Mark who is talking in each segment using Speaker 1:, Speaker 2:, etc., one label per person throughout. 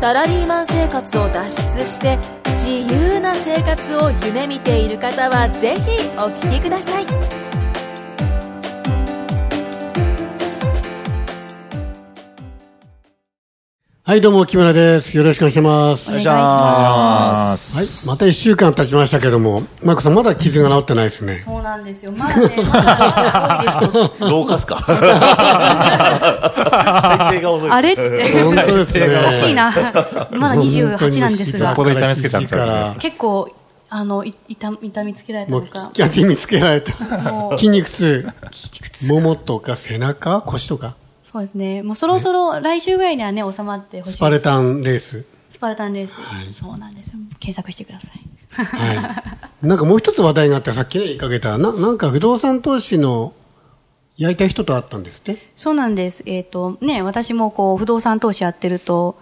Speaker 1: サラリーマン生活を脱出して自由な生活を夢見ている方はぜひお聞きください
Speaker 2: はい、どうも、木村です。よろしくお願いしま
Speaker 1: お
Speaker 2: す。
Speaker 1: 願い
Speaker 2: は
Speaker 1: しま
Speaker 2: い、また一週間経ちましたけども、マイコさん、まだ傷が治ってないですね。
Speaker 3: そうなんですよ。ま だね、まだ多いですよ。
Speaker 4: 老化っすか再生が遅い。
Speaker 3: あれっつって。
Speaker 2: 本当ですね
Speaker 3: おかし いな。まだ28なんですが
Speaker 5: こ、こで痛めつけたんですよ
Speaker 2: から
Speaker 3: 結構、あの、い痛み痛みつけられた
Speaker 2: も
Speaker 3: の
Speaker 2: う、
Speaker 3: か。
Speaker 2: キャティ見つけられた。
Speaker 3: もう
Speaker 2: 筋肉痛。ももとか背中腰とか。
Speaker 3: そうですね。もうそろそろ来週ぐらいにはね、収まってほしい。
Speaker 2: スパレタンレース。
Speaker 3: スパルタンレース
Speaker 2: はい。
Speaker 3: そうなんですよ。検索してください。
Speaker 2: はい。なんかもう一つ話題があって、さっきね、言いかけた。な、なんか不動産投資の、やりたい人と会ったんですって。
Speaker 3: そうなんです。えっ、と、ね、私もこう、不動産投資やってると、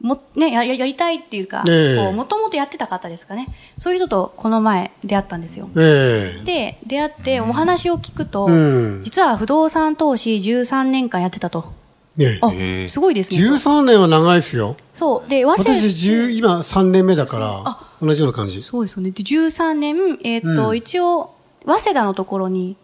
Speaker 3: も、ね、やややりたいっていうか、
Speaker 2: ええ
Speaker 3: こう、もともとやってた方ですかね。そういう人とこの前出会ったんですよ。
Speaker 2: え
Speaker 3: で出会ってお話を聞くと、
Speaker 2: うん
Speaker 3: 実は不動産投資13年間やってたと。
Speaker 2: えねえ
Speaker 3: あ、
Speaker 5: へえ
Speaker 3: すごいですね。
Speaker 2: 13年は長いですよ。
Speaker 3: そう。で、和製
Speaker 2: 私、10今3年目だから
Speaker 3: あ、
Speaker 2: 同じような感じ。
Speaker 3: そうですよね。で、13年、えっ、と、
Speaker 2: うん
Speaker 3: 一応、早稲田のところに、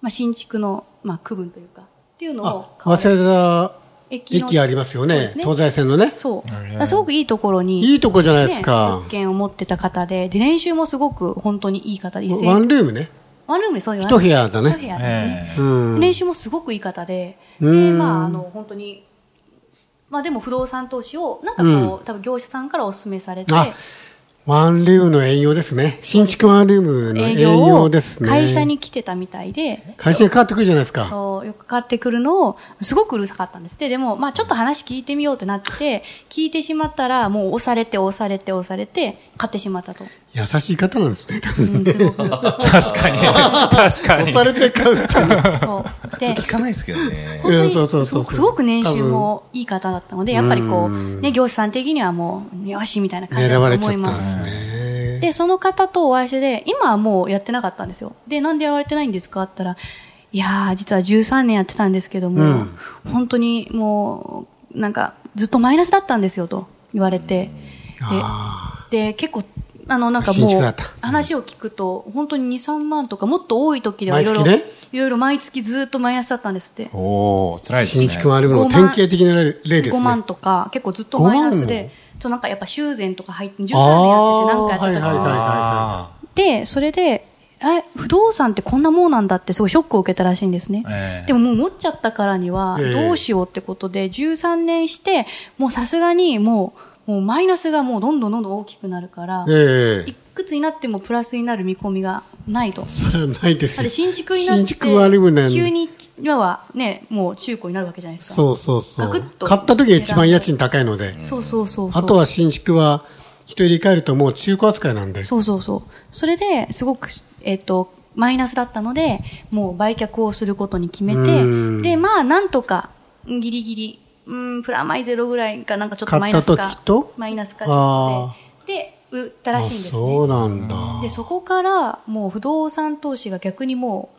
Speaker 3: まあ、新築の、まあ、区分というか、っていうの
Speaker 2: あ
Speaker 3: を、
Speaker 2: 早稲田
Speaker 3: 駅の
Speaker 2: 駅ありますよ
Speaker 3: そうで
Speaker 2: ね
Speaker 3: すね
Speaker 2: 東西線のね。
Speaker 3: そう。だからすごくいいところに、
Speaker 2: いいとこじゃないです
Speaker 3: ね、
Speaker 2: か
Speaker 3: 物。件を持ってた方で、で、練習もすごく本当にいい方で、一斉
Speaker 2: ワンルームね。
Speaker 3: ワンルームでそういう
Speaker 2: 一部屋だ
Speaker 3: 一部
Speaker 2: ね。
Speaker 3: 屋ですね。
Speaker 5: ええ
Speaker 2: うん。
Speaker 3: 練習もすごくいい方で、
Speaker 2: うん
Speaker 3: でまあ、あの本当に、まあ、でも不動産投資を、なんかこう、多分業者さんからお勧めされて、
Speaker 2: あワンルームの営業ですね。新築ワンルームの
Speaker 3: 営
Speaker 2: 営
Speaker 3: 業
Speaker 2: 業
Speaker 3: を
Speaker 2: ですね。
Speaker 3: 会社。に来てたみたいで、
Speaker 2: 会社にかかってくるじゃないですか。
Speaker 3: そうよく買ってくるのを、すごくうるさかったんですって、でも、まあ、ちょっと話聞いてみようってなって、聞いてしまったら、もう押されて、押されて、押されて、買ってしまったと。
Speaker 2: 優しい方なんですね。
Speaker 3: うんすごく
Speaker 5: 確 かに。確か
Speaker 2: 押
Speaker 5: に。
Speaker 2: されて買うっていう
Speaker 3: そうで
Speaker 4: 聞かないですけどね。
Speaker 3: 本当に
Speaker 2: うんそうそうそう
Speaker 3: すごく年収もいい方だったので、やっぱりこう、ね、業者さん的にはもう、よしみたいな感じだ
Speaker 2: 狙
Speaker 3: と
Speaker 2: われちゃっ
Speaker 3: 思
Speaker 2: たん
Speaker 3: いま
Speaker 2: ですす。ね。
Speaker 3: で、その方とお会いしてで、今はもうやってなかったんですよ。で、なんでやられてないんですかって言ったら、いやー、実は13年やってたんですけども、
Speaker 2: うん
Speaker 3: 本当にもう、なんか、ずっとマイナスだったんですよと言われて、
Speaker 2: あ
Speaker 3: で、で結構、あの、なんか
Speaker 2: 新
Speaker 3: も
Speaker 2: 築だ
Speaker 3: う
Speaker 2: ったうん、
Speaker 3: 話を聞くと、本当に2、3万とか、もっと多い時では
Speaker 2: 毎
Speaker 3: いろい
Speaker 2: 月
Speaker 3: ろ、
Speaker 2: ね
Speaker 3: いろいろ毎月ずっとマイナスだったんですって。
Speaker 5: おお、辛いです
Speaker 2: 新
Speaker 5: ね。
Speaker 2: 築ワンルームの典型的な例ですね。
Speaker 3: 5万とか、結構ずっとマイナスで、そうなんかやっぱ修繕とか入って、13年やっててなんかやった時に、
Speaker 2: あーはいはいはい
Speaker 5: あ
Speaker 3: で、それで、え、不動産ってこんなもんなんだってすごいショックを受けたらしいんですね。
Speaker 5: ええ
Speaker 3: でももう持っちゃったからには、
Speaker 2: ええ
Speaker 3: どうしようってことで、13年して、もうさすがにもう、もうマイナスがもうどんどんどんどん大きくなるから、
Speaker 2: ええ
Speaker 3: い。くつになってもプラスになる見込みがないと。
Speaker 2: それはないです
Speaker 3: だって
Speaker 2: よ。
Speaker 3: 新築になって、
Speaker 2: 新築ワンルームなんで
Speaker 3: 急に今はね、もう中古になるわけじゃないですか。
Speaker 2: そうそうそ
Speaker 3: ガク
Speaker 2: う
Speaker 3: ッ。と
Speaker 2: 買った時が一番家賃高いので。
Speaker 3: そうそうそうそう。
Speaker 2: あとは新築は人入れ替えるともう中古扱いなんで。
Speaker 3: そうそうそう。それですごく、えっ、と、マイナスだったので、もう売却をすることに決め
Speaker 2: うん
Speaker 3: て、で、まあ、なんとか、ギリギリ、うん、プラマイゼロぐらいかなんかちょっとマイナスか。
Speaker 2: 買った時と
Speaker 3: マイナスかってことで、で、売ったらしいんですね。
Speaker 2: そうなんだ。
Speaker 3: で、そこから、もう不動産投資が逆にも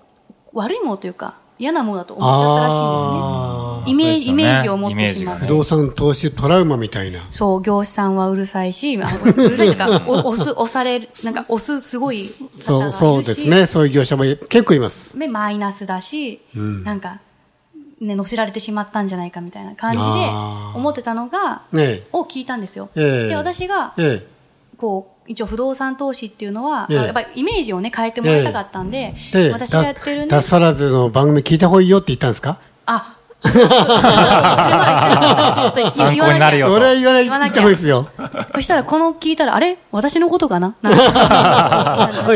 Speaker 3: う、悪いものというか、嫌なものだと思っちゃったらし
Speaker 2: あ
Speaker 5: ー
Speaker 3: いんですね。イメージ、イ
Speaker 5: そうですよね
Speaker 3: メージを持って
Speaker 5: イ
Speaker 3: しまっ
Speaker 5: メージが
Speaker 3: て
Speaker 2: 不。
Speaker 5: ね
Speaker 2: 動産投資トラウマみたいな。
Speaker 3: そう、業者さんはうるさいし、まあうるさいという か、お押す、押される、なんか押すすごい方がい
Speaker 2: そ
Speaker 3: る
Speaker 2: う、
Speaker 3: し
Speaker 2: そうですね。。そういう業者も結構います。
Speaker 3: で、マイナスだし、なんか、ね、乗せられてしまったんじゃないかみたいな感じで
Speaker 2: あー
Speaker 3: 思ってたのが、
Speaker 2: ね
Speaker 3: を聞いたんですよ。
Speaker 2: ええ
Speaker 3: で、私が
Speaker 2: え。、え
Speaker 3: こう、一応不動産投資っていうのは、
Speaker 2: ええ
Speaker 3: やっぱりイメージをね、変えてもらいたかったんで、
Speaker 2: え。で、
Speaker 3: 私がやってる
Speaker 2: 脱
Speaker 3: ね
Speaker 2: 脱、サラズの番組聞いた方がいいよって言ったんです か
Speaker 3: あ、そうそうそうそれは言ってなかった
Speaker 5: 参考になるよ
Speaker 2: 俺は言わない、言
Speaker 3: 言わ
Speaker 2: っ
Speaker 3: な
Speaker 2: た
Speaker 3: きゃ
Speaker 2: 方がいいですよ。
Speaker 3: そしたらこの聞いたら、あれ私のことかななん か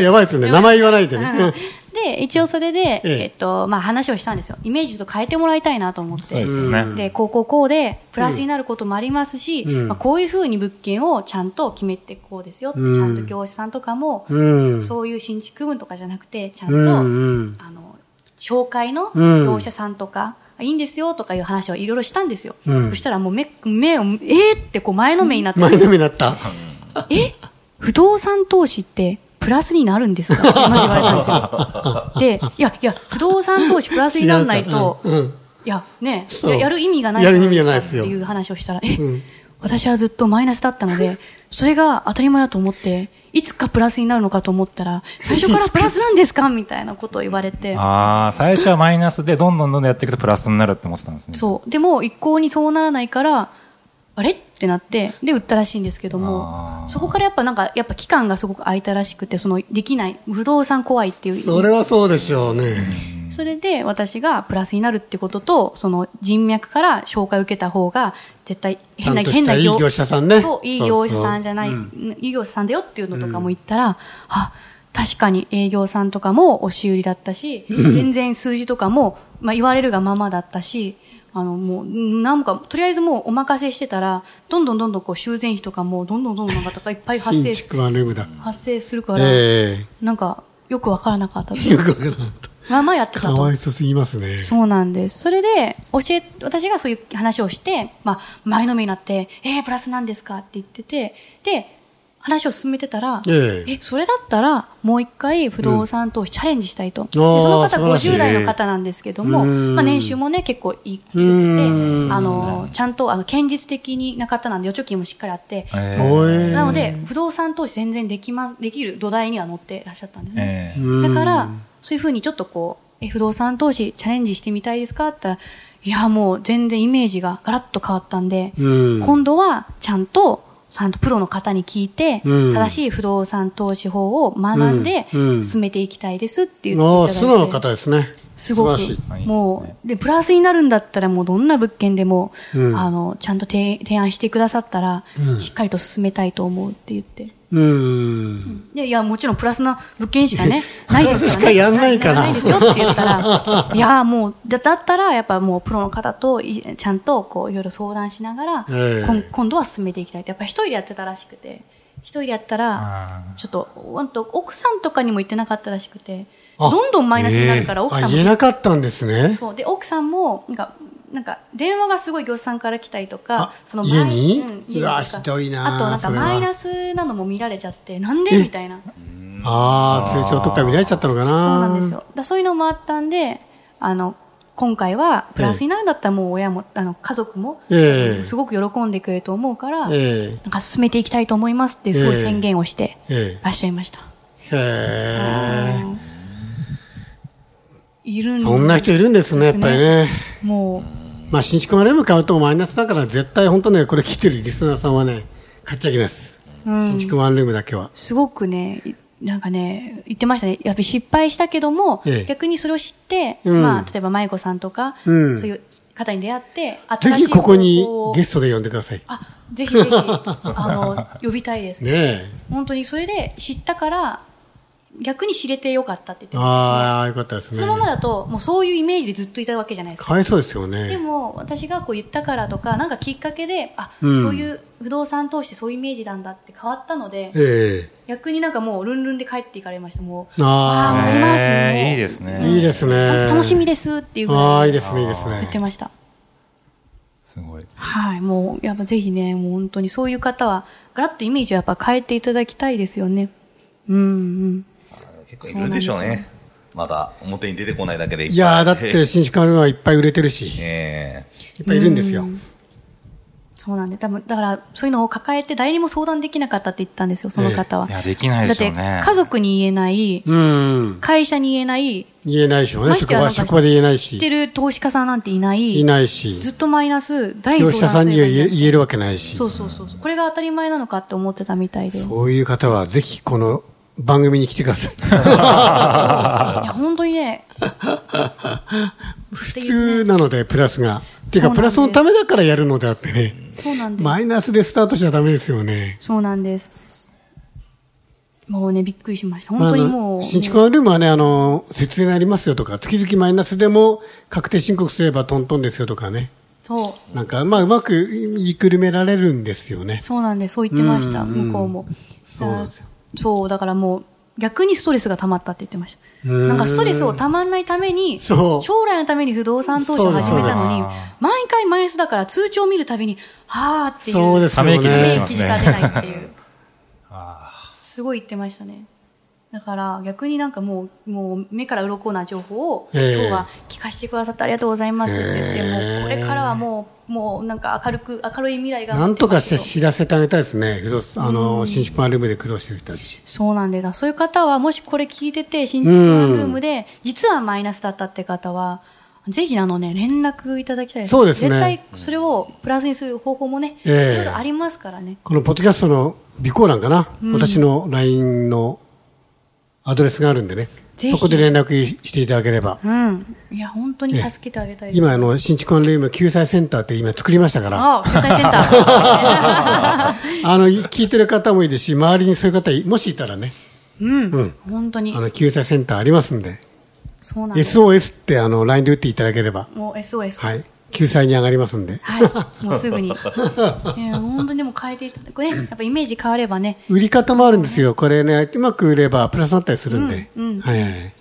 Speaker 2: やばいですね。名前言わないでね。
Speaker 3: で、で一応それで、
Speaker 2: ええ
Speaker 3: えっとまあ、話をしたんですよイメージと変えてもらいたいなと思って
Speaker 5: そうですよね。
Speaker 3: でこうこうこうでプラスになることもありますし、
Speaker 2: うん
Speaker 3: まあ、こういうふうに物件をちゃんと決めてこうですよ、
Speaker 2: うん
Speaker 3: ちゃんと業者さんとかも、
Speaker 2: うん。
Speaker 3: そういう新築群とかじゃなくてちゃんと、
Speaker 2: うんうん。
Speaker 3: あの紹介の
Speaker 2: うん
Speaker 3: 業者さんとか、いいんですよとかいう話をいろいろしたんですよ、
Speaker 2: うん
Speaker 3: そしたらもう目目をえー、ってこう前のめりになって、
Speaker 2: 前のめりだった。
Speaker 3: え不動産投資ってプラスになるんですかってまず言われたんですよ。で、いやいや、不動産投資プラスにならないと、
Speaker 2: うんうん
Speaker 3: いやね
Speaker 2: そう
Speaker 3: ややる意味がない
Speaker 2: やる意味がないですよ
Speaker 3: っていう話をしたら、え、
Speaker 2: うん
Speaker 3: 私はずっとマイナスだったので、それが当たり前だと思って、いつかプラスになるのかと思ったら、最初からプラスなんですかみたいなことを言われて。
Speaker 5: ああ、最初はマイナスで、どんどんどんどんやっていくとプラスになるって思ってたんですね。
Speaker 3: そう。でも、一向にそうならないから、あれってなって、で、売ったらしいんですけど
Speaker 5: あ
Speaker 3: も
Speaker 5: ー、
Speaker 3: そこからやっぱなんか、やっぱ期間がすごく空いたらしくて、その、できない、不動産怖いっていう。
Speaker 2: それはそうでしょうね。
Speaker 3: それで、私がプラスになるってことと、その、人脈から紹介を受けた方が、絶対、変な、
Speaker 2: ちゃんとした
Speaker 3: 変ない
Speaker 2: い業者さんね
Speaker 3: そう、いい
Speaker 2: そう
Speaker 3: 業者さんじゃない、
Speaker 2: そうう
Speaker 3: いい業者さんだよっていうのとかも言ったら、あ、確かに営業さんとかも押し売りだったし、全然数字とかも、まあ、言われるがままだったし、あの、もう、なんか、とりあえずもうお任せしてたら、どんどんどんどんこう修繕費とかも、どんどんどんどんなんかいっぱい発
Speaker 2: 新
Speaker 3: 生す
Speaker 2: 築はルームだ。
Speaker 3: 発生するから、
Speaker 2: え
Speaker 3: なんか、よくわからなかったと。
Speaker 2: え。よくわからなかった。
Speaker 3: まあまあやって
Speaker 2: か
Speaker 3: たと。
Speaker 2: わいそすぎますね。
Speaker 3: そうなんです。それで、教え、私がそういう話をして、まあ、前のめりになって、えー、プラスなんですかって言ってて、で、話を進めてたら、
Speaker 2: ええ
Speaker 3: え、それだったら、もう一回不動産投資チャレンジしたいと。でその
Speaker 2: 素
Speaker 3: 方
Speaker 2: 晴らしい
Speaker 3: 50代の方なんですけど
Speaker 2: う
Speaker 3: も、
Speaker 2: ん
Speaker 3: まあ、年収もね、結構いいくて
Speaker 2: うん
Speaker 3: あの、ちゃんと、あの、堅実的にな方なんで、預貯金もしっかりあって、
Speaker 5: えー
Speaker 2: おい
Speaker 3: なので、不動産投資全然できま、できる土台には乗ってらっしゃったんです
Speaker 5: え
Speaker 3: ね。
Speaker 5: え
Speaker 2: うん
Speaker 3: だから、そういうふうにちょっとこう、え不動産投資チャレンジしてみたいですかって言ったら、いや、もう全然イメージがガラッと変わったんで、
Speaker 2: うん
Speaker 3: 今度はちゃんと、ちゃんとプロの方に聞いて、
Speaker 2: うん
Speaker 3: 正しい不動産投資法を学んで、
Speaker 2: うんうん
Speaker 3: 進めていきたいですって言ってい
Speaker 2: ああ、
Speaker 3: ただいて。
Speaker 2: 素直な方ですね。
Speaker 3: すごく
Speaker 2: 素晴らしい。
Speaker 5: はいいいで
Speaker 3: もうでプラスになるんだったらもうどんな物件でも、
Speaker 2: うん
Speaker 3: あのちゃんと提提案してくださったら、
Speaker 2: うん
Speaker 3: しっかりと進めたいと思うって言って
Speaker 2: うん。
Speaker 3: でいやもちろんプラスな物件しか ねないですから、ね、
Speaker 2: しかやんないから
Speaker 3: ないですよって言ったらいやもうだだったらやっぱもうプロの方といちゃんとこういろいろ相談しながら、
Speaker 2: ええ
Speaker 3: こん今度は進めていきたいってやっぱ一人でやってたらしくて一人でやったら
Speaker 5: あ
Speaker 3: ちょっとほんと奥さんとかにも言ってなかったらしくて
Speaker 2: あ
Speaker 3: どんどんマイナスになるから、奥さ
Speaker 2: あ、
Speaker 3: んも
Speaker 2: 言えなかったんですね。
Speaker 3: そうで奥さんもなんかなんか電話がすごい業者さんから来たりと
Speaker 2: あ
Speaker 3: かその
Speaker 2: 家に
Speaker 3: うん
Speaker 2: うわ
Speaker 3: 家とか
Speaker 2: ひどいな
Speaker 3: あとなん
Speaker 2: そ
Speaker 3: か
Speaker 2: れは
Speaker 3: マイナスなのも見られちゃってなんでみたいなそう
Speaker 2: ああ、通帳とか見られちゃったのかな。
Speaker 3: なんですよだそういうのもあったんであの今回はプラスになるんだったらもう親もあの家族も
Speaker 2: ええ
Speaker 3: すごく喜んでくれると思うから、
Speaker 2: え
Speaker 3: なんか進めていきたいと思いますっていうすごい宣言をして
Speaker 2: え。え
Speaker 3: らっしゃいました、
Speaker 2: え。へえ。
Speaker 3: いるん
Speaker 2: そんな人いるんですね、やっぱりね。
Speaker 3: もう
Speaker 2: まあ、新築マレーム買うとマイナスだから、絶対本当ね、これ聞いてるリスナーさんはね、買っちゃいけないです。新築ワンルームだけは。
Speaker 3: すごくね、いなんかね、言ってましたね。やっぱり失敗したけども、
Speaker 2: ええ
Speaker 3: 逆にそれを知って、
Speaker 2: うん
Speaker 3: まあ、例えば迷子さんとか、
Speaker 2: うん
Speaker 3: そういう方に出会って、
Speaker 2: ぜ
Speaker 3: 新し
Speaker 2: ひ
Speaker 3: い方
Speaker 2: こ
Speaker 3: 法
Speaker 2: こ
Speaker 3: を
Speaker 2: にゲストで呼んでください。
Speaker 3: あ、ぜひぜ ひ、あの、呼びたいです。
Speaker 2: ねえ。
Speaker 3: 本当にそれで知ったから、逆に知れてよかったって言ってま
Speaker 2: ああ、よかったです
Speaker 3: し
Speaker 2: ね。
Speaker 3: たね。そのままだと、もうそういうイメージでずっといたわけじゃないですか。
Speaker 2: かわいそうですよ
Speaker 3: で
Speaker 2: ね。
Speaker 3: も、私がこう言ったからとか、なんかきっかけで、あ、
Speaker 2: うん
Speaker 3: そういう不動産通してそういうイメージなんだって変わったので、
Speaker 2: え
Speaker 3: 逆になんかもうルンルンで帰っていかれましたもう
Speaker 2: あー
Speaker 3: あー戻ります
Speaker 5: ええいい
Speaker 3: もう
Speaker 5: です
Speaker 2: え。
Speaker 5: ね。
Speaker 2: いいですね。
Speaker 3: た楽しみですっていうぐ
Speaker 2: あ
Speaker 3: ら
Speaker 2: あ、い
Speaker 3: い
Speaker 2: いですね、いいです
Speaker 3: 言っ
Speaker 2: ね
Speaker 3: て。ました
Speaker 5: すごい。
Speaker 3: はいもうやっぱぜひねもう本当にそういう方はガラッとイメージをやっぱ変えていただきたいですよねうん
Speaker 4: 結構いるでしょうね。まだ表に出てこないだけでいっぱい。
Speaker 2: いやーだって新築マレームはいっぱい売れてるし、いっ
Speaker 4: え
Speaker 2: ぱいいるんですよ。
Speaker 3: そうなんで多分だからそういうのを抱えて誰にも相談できなかったって言ったんですよその方は、
Speaker 5: いや、できないで
Speaker 3: だっ
Speaker 5: しょ
Speaker 3: て
Speaker 5: うね。
Speaker 3: 家族に言えない
Speaker 2: うん。
Speaker 3: 会社に言えない
Speaker 2: 言えないでしょうね。
Speaker 3: まし
Speaker 2: 職
Speaker 3: てや
Speaker 2: 場、
Speaker 3: なんか
Speaker 2: 職場で言えない
Speaker 3: 知って
Speaker 2: し。
Speaker 3: る投資家さんなんていない
Speaker 2: いないし。
Speaker 3: ずっとマイナス誰に
Speaker 2: 業
Speaker 3: 相
Speaker 2: 者
Speaker 3: 談
Speaker 2: さん
Speaker 3: す
Speaker 2: に
Speaker 3: れ
Speaker 2: は
Speaker 3: ば
Speaker 2: い
Speaker 3: いん
Speaker 2: 言え
Speaker 3: だろう
Speaker 2: 言えるわけないし。
Speaker 3: そうそうそうそうこれが当たり前なのかって思ってたみたいで
Speaker 2: そういう方はぜひこの番組に来てくだ さい。
Speaker 3: いや、本当にね、
Speaker 2: 普通なので、プラスが。っていうか、
Speaker 3: そうなんです
Speaker 2: プラスのためだからやるのであってね。
Speaker 3: そうなんです。
Speaker 2: マイナスでスタートしちゃダメですよね。
Speaker 3: そうなんです。もうね、びっくりしました。本当にも
Speaker 2: まああ
Speaker 3: う。
Speaker 2: の新築ワンルームはね、あの、節税になりますよとか、月々マイナスでも確定申告すればトントンですよとかね。
Speaker 3: そう。
Speaker 2: なんか、まあ、うまく言いくるめられるんですよね。
Speaker 3: そうなんで、そう言ってました、
Speaker 2: うんうん
Speaker 3: 向こうも。
Speaker 2: そうなんですよ
Speaker 3: そうだからもう、逆にストレスが溜まったって言ってました。
Speaker 2: うん
Speaker 3: なんかストレスを溜まらないために、
Speaker 2: そ
Speaker 3: 将
Speaker 2: う
Speaker 3: 来のために不動産投資を始めたのに
Speaker 5: そうです、
Speaker 3: 毎回マイナスだから通帳を見るたびに、はーっていう、
Speaker 2: そうですよね。
Speaker 5: ため息ついて
Speaker 3: 利
Speaker 5: ま
Speaker 3: 益
Speaker 5: す
Speaker 3: し
Speaker 5: ね
Speaker 3: か出ないって いう。すごい言ってましたね。だから逆になんかもう、もう目から鱗な情報を、
Speaker 2: ええ
Speaker 3: 今日は聞かせてくださってありがとうございますって言って、
Speaker 2: ええ
Speaker 3: もうこれからはもう、もうなんか明るく、明るい未来が。
Speaker 2: なんとかして知らせてあげたいですね。不動産あの、新築ワンルームで苦労してる人たち。
Speaker 3: そうなんでだ。そういう方は、もしこれ聞いてて、新築ワンルームで、実はマイナスだったって方は、ぜひあのね、連絡いただきたい
Speaker 2: そうですね
Speaker 3: 絶対それをプラスにする方法もね、い
Speaker 2: ええ
Speaker 3: ろいろありますからね。
Speaker 2: このポッドキャストの備考欄かな、私の LINE のアドレスがあるんでね。
Speaker 3: ぜひ
Speaker 2: そこで連絡していただければ。
Speaker 3: うん。いや、本当に
Speaker 2: ええ
Speaker 3: 助けてあげたいです。
Speaker 2: 今、あの、新築ワンルーム救済センターって今作りましたから。
Speaker 3: あ、国際センター。
Speaker 2: あの、聞いてる方もいいですし、周りにそういう方い、もしいたらね、
Speaker 3: うん、
Speaker 2: うん
Speaker 3: 本当に
Speaker 2: あ。の、救済センターありますんで、
Speaker 3: そうなんです。
Speaker 2: SOS って、あの、LINE で打っていただければ、
Speaker 3: もう SOS。
Speaker 2: はい、救済に上がりますんで、
Speaker 3: はい。もうす ぐに。いや、本当にでも変えていただくね。やっぱイメージ変わればね、
Speaker 2: 売り方もあるんですよ。これね、うまく売ればプラスになったりするんで、
Speaker 3: うんうん
Speaker 2: はいはい。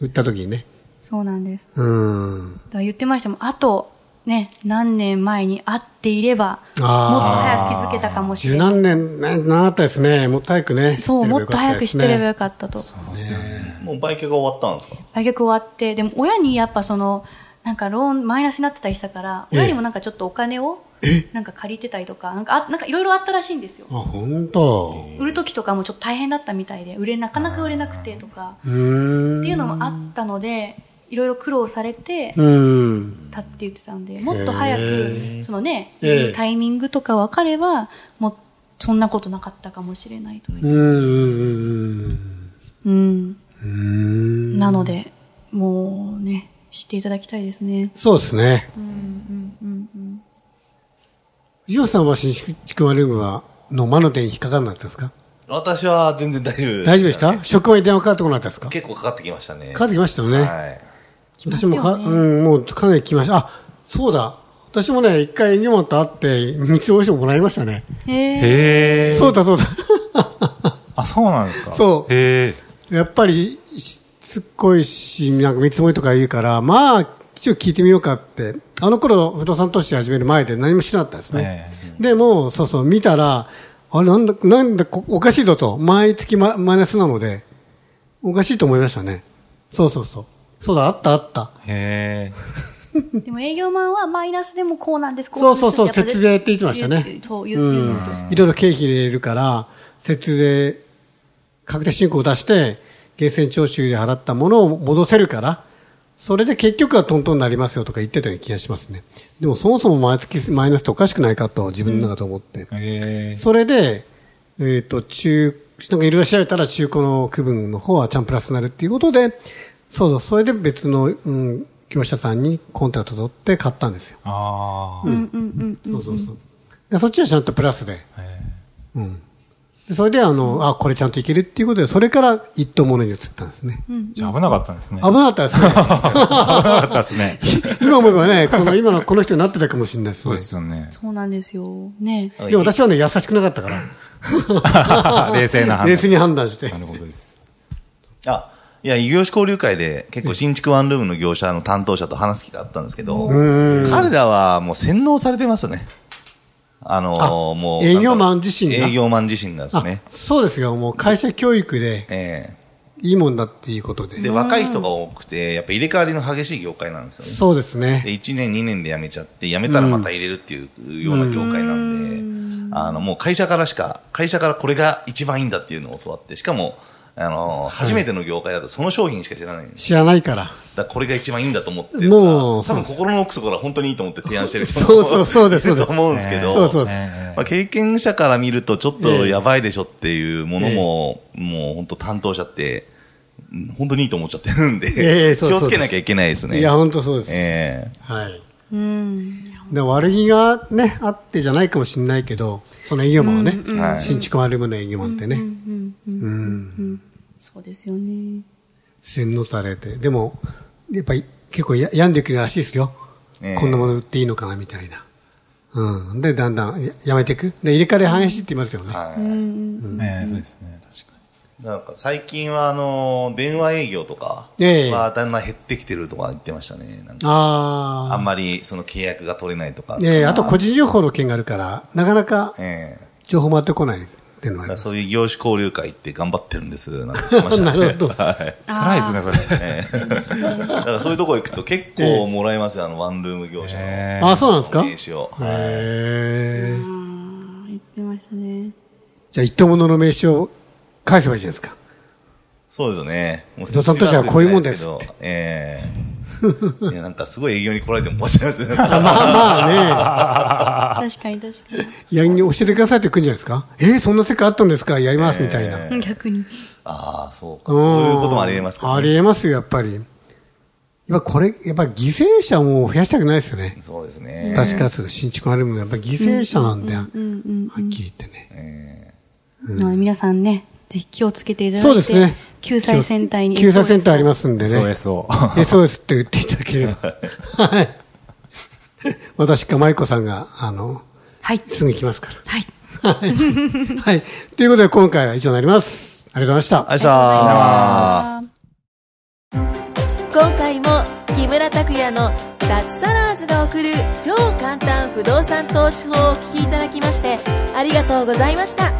Speaker 2: 売った時にね、
Speaker 3: そうなんです。
Speaker 2: うーん。
Speaker 3: だから言ってましたもん。あと、ね、何年前に会っていれば、もっと
Speaker 2: あー
Speaker 3: 早く気づけたかもし
Speaker 2: 十
Speaker 3: れない。
Speaker 2: 何年、ななかったですね。もっと早くね。
Speaker 3: そう、もっと早く知ってればよかったと。
Speaker 4: もう売却が終わったんですか
Speaker 3: 売却終わって、でも親にやっぱその、なんかローンマイナスになってたりしたから、
Speaker 2: ええ
Speaker 3: 親にもなんかちょっとお金を、なんか借りてたりとか、なんかあ、なんかいろいろあったらしいんですよ。
Speaker 2: あ、本当。
Speaker 3: 売る時とかもちょっと大変だったみたいで売れなかなか売れなくてとか
Speaker 2: うーん。
Speaker 3: っていうのもあったのでいろいろ苦労されて
Speaker 2: うーん。
Speaker 3: たって言ってたんでもっと早
Speaker 2: へ
Speaker 3: くそのね
Speaker 2: ええ
Speaker 3: タイミングとか分かればもうそんなことなかったかもしれないという
Speaker 2: うーん。うんう
Speaker 3: うん
Speaker 2: んうん。うーん。
Speaker 3: なのでもうね知っていただきたいですね
Speaker 2: そうですね。
Speaker 3: うんうんうん
Speaker 2: 藤本さんは新築マルームは、の魔の手に引っかかんなかったですか
Speaker 4: 私は全然大丈夫
Speaker 2: 大丈夫でした職場に電話かかってこなかったですかか
Speaker 4: 結構かかってきましたね。
Speaker 2: かってきましたよね。
Speaker 4: はい。
Speaker 2: 私もか、
Speaker 3: 来ますよね
Speaker 2: うん、もうかなり来ました。あ、そうだ。私もね、一回荷物と会って、三つ星をもらいましたね。
Speaker 3: へえ
Speaker 5: へえ。
Speaker 2: そうだ、そうだ。
Speaker 5: あ、そうなんですか
Speaker 2: そう
Speaker 5: へえ。
Speaker 2: やっぱり、しつっこいし、なんか見積もりとか言うから、まあ、一応聞いてみようかって。あの頃、不動産投資始める前で何もしなかったですね。でもう、そうそう、見たら、あれ、なんだ、なんだ、こおかしいぞと。毎月ママイナスなので、おかしいと思いましたね。そうそうそう。そうだ、あったあった。
Speaker 5: へえ。
Speaker 3: でも営業マンはマイナスでもこうなんですこ
Speaker 2: そうそうそう、
Speaker 3: なんです
Speaker 2: 節税って言ってました
Speaker 3: 言
Speaker 2: ね
Speaker 3: う。そう言う
Speaker 2: う
Speaker 3: 言うん
Speaker 2: ん
Speaker 3: ですよ。
Speaker 2: いろいろ経費入れるから、節税、確定申告を出して、源泉徴収で払ったものを戻せるから、それで結局はトントンになりますよとか言ってたような気がしますね。でもそもそも毎月マイナスっておかしくないかと自分の中で思って。
Speaker 5: へえ。
Speaker 2: それで、えっ、と、中、なんかいろいろ調べたら中古の区分の方はちゃんプラスになるっていうことで、そうそう、それで別の、うん、業者さんにコンタクト取って買ったんですよ。
Speaker 5: ああ。
Speaker 3: うんうんうんうん
Speaker 2: そうそうそう。で、そっちはちゃんとプラスで。うん。で、それで、あの、あ、これちゃんといけるっていうことで、それから一等物に移ったんですね。
Speaker 5: じゃあ危なかったんですね。
Speaker 2: 危なかったで
Speaker 5: 危なかったで すね。
Speaker 2: すね。 今思えばね、この、今のこの人になってたかもしれないです
Speaker 5: そう
Speaker 2: ね
Speaker 5: で。すよね。
Speaker 3: そうなんですよね
Speaker 4: なんか
Speaker 2: でも私はね、優しくなかったから。
Speaker 5: 冷静な判断
Speaker 2: 冷静に判断して
Speaker 5: な。るほどです。
Speaker 4: あ、いや、異業種交流会で結構新築ワンルームの業者の担当者と話す機会あったんですけど、彼らはもう洗脳されてますよね。あのー
Speaker 2: あ
Speaker 4: もう。
Speaker 2: 営業マン自身が
Speaker 4: 営業マン自身がです
Speaker 2: あ
Speaker 4: ね。
Speaker 2: そうですよ。もう会社教育で、
Speaker 4: え
Speaker 2: いいもんだっていうことで
Speaker 4: え。で、若い人が多くて、やっぱ入れ替わりの激しい業界なんですよね。
Speaker 2: そうです
Speaker 4: で
Speaker 2: ね。
Speaker 4: 1年、2年で辞めちゃって、辞めたらまた入れるっていうような業界なんで、あの、もう会社からしか、会社からこれが一番いいんだっていうのを教わって、しかも、あの、初めての業界だとその商品しか知らないんです。
Speaker 2: 知らないから。
Speaker 4: だからこれが一番いいんだと思って、
Speaker 2: もう
Speaker 4: 多分心の奥底から本当にいいと思って提案してる人も
Speaker 2: そうそうそうですそう
Speaker 4: い
Speaker 2: で
Speaker 4: る
Speaker 2: す
Speaker 4: と思うんですけど、
Speaker 2: そうそうです。
Speaker 5: え
Speaker 4: まあ、経験者から見るとちょっとやばいでしょっていうものも、もう本当担当者って、うん本当にいいと思っちゃってるんで、
Speaker 2: ええそうそう
Speaker 4: 気をつけなきゃいけないですね。
Speaker 2: いや、本当そうです。
Speaker 4: ええ
Speaker 2: はい。
Speaker 3: うん
Speaker 2: で悪気がね、あってじゃないかもしれないけど、その営業マンはね、新築丸ルームの営業マンってね、
Speaker 3: うんそうですよね。
Speaker 2: 洗脳されて。でも、やっぱり結構や病んでくるらしいですよ。
Speaker 4: ええ
Speaker 2: こんなもの売っていいのかなみたいな。うん。で、だんだんややめていく。で、入れ替え激しいって言いますけどね。
Speaker 4: はい
Speaker 5: ええそうですね、確かに。
Speaker 4: なんか最近はあの電話営業とか
Speaker 2: ええ
Speaker 4: はだんだん減ってきてるとか言ってましたね。なんか
Speaker 2: あ
Speaker 4: あんまりその契約が取れないとか。
Speaker 2: あ。ねえ、あと個人情報の件があるから、なかなか
Speaker 4: ええ
Speaker 2: 情報回ってこないっていうのはあ
Speaker 4: だ
Speaker 2: りま
Speaker 4: から
Speaker 2: す。
Speaker 4: そういう業種交流会って頑張ってるんです。なんか言ってました ね
Speaker 2: なるほど
Speaker 4: はい
Speaker 5: 辛いですね、それ。
Speaker 4: だからそういうとこ行くと結構もらえますよ、あのワンルーム業者の。
Speaker 5: え
Speaker 2: あ、そうなんですか
Speaker 4: 名刺を。
Speaker 2: へえ。
Speaker 3: あ言ってましたね。
Speaker 2: じゃあ、一等物の名刺を返せばいいじゃないですか。
Speaker 4: そうですよね。もう
Speaker 2: ゾさんとしてはこういうもんですって
Speaker 4: けどええいや、なんかすごい営業に来られても申し訳ない ですね。
Speaker 2: まあ
Speaker 3: 確かに確か
Speaker 2: ね、 やりに教えてくださいって来るんじゃないですか。えー、そんな世界あったんですかやりますみたいな。
Speaker 3: に。逆に。
Speaker 4: ああ、そうか。そういうこともありえますか
Speaker 2: あ
Speaker 4: らね。
Speaker 2: りえますよ、やっぱり。やっぱこれ、やっぱ犠牲者も増やしたくないですよね。
Speaker 4: そうですね。
Speaker 2: 確かそう新築あるもんやっぱ犠牲者なんだよ。はっきり言ってね。
Speaker 3: なので皆さんね、ぜひ気をつけていただいて、
Speaker 2: そうですね。
Speaker 3: 救済センターに。。
Speaker 2: 救済センターありますすんでね。
Speaker 5: そうですを。
Speaker 2: SOS って言っていただけ れば。はい。 私か舞子さんが、あの、
Speaker 3: はい。
Speaker 2: すぐ行きますから。
Speaker 3: はい。
Speaker 2: はい。はい。ということで、今回は以上になります。ありがとうございました。
Speaker 4: ありがとうございました。
Speaker 1: 今回も木村拓哉の脱サラーズが送る超簡単不動産投資法をお聞きいただきましてありがとうございました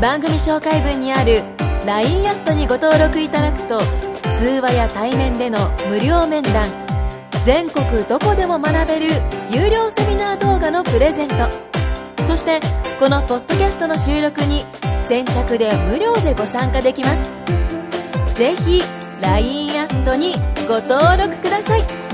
Speaker 1: 番組紹介文にある LINE アットにご登録いただくと通話や対面での無料面談全国どこでも学べる有料セミナー動画のプレゼントそしてこのポッドキャストの収録に先着で無料でご参加できますぜひ LINE アットにご登録ください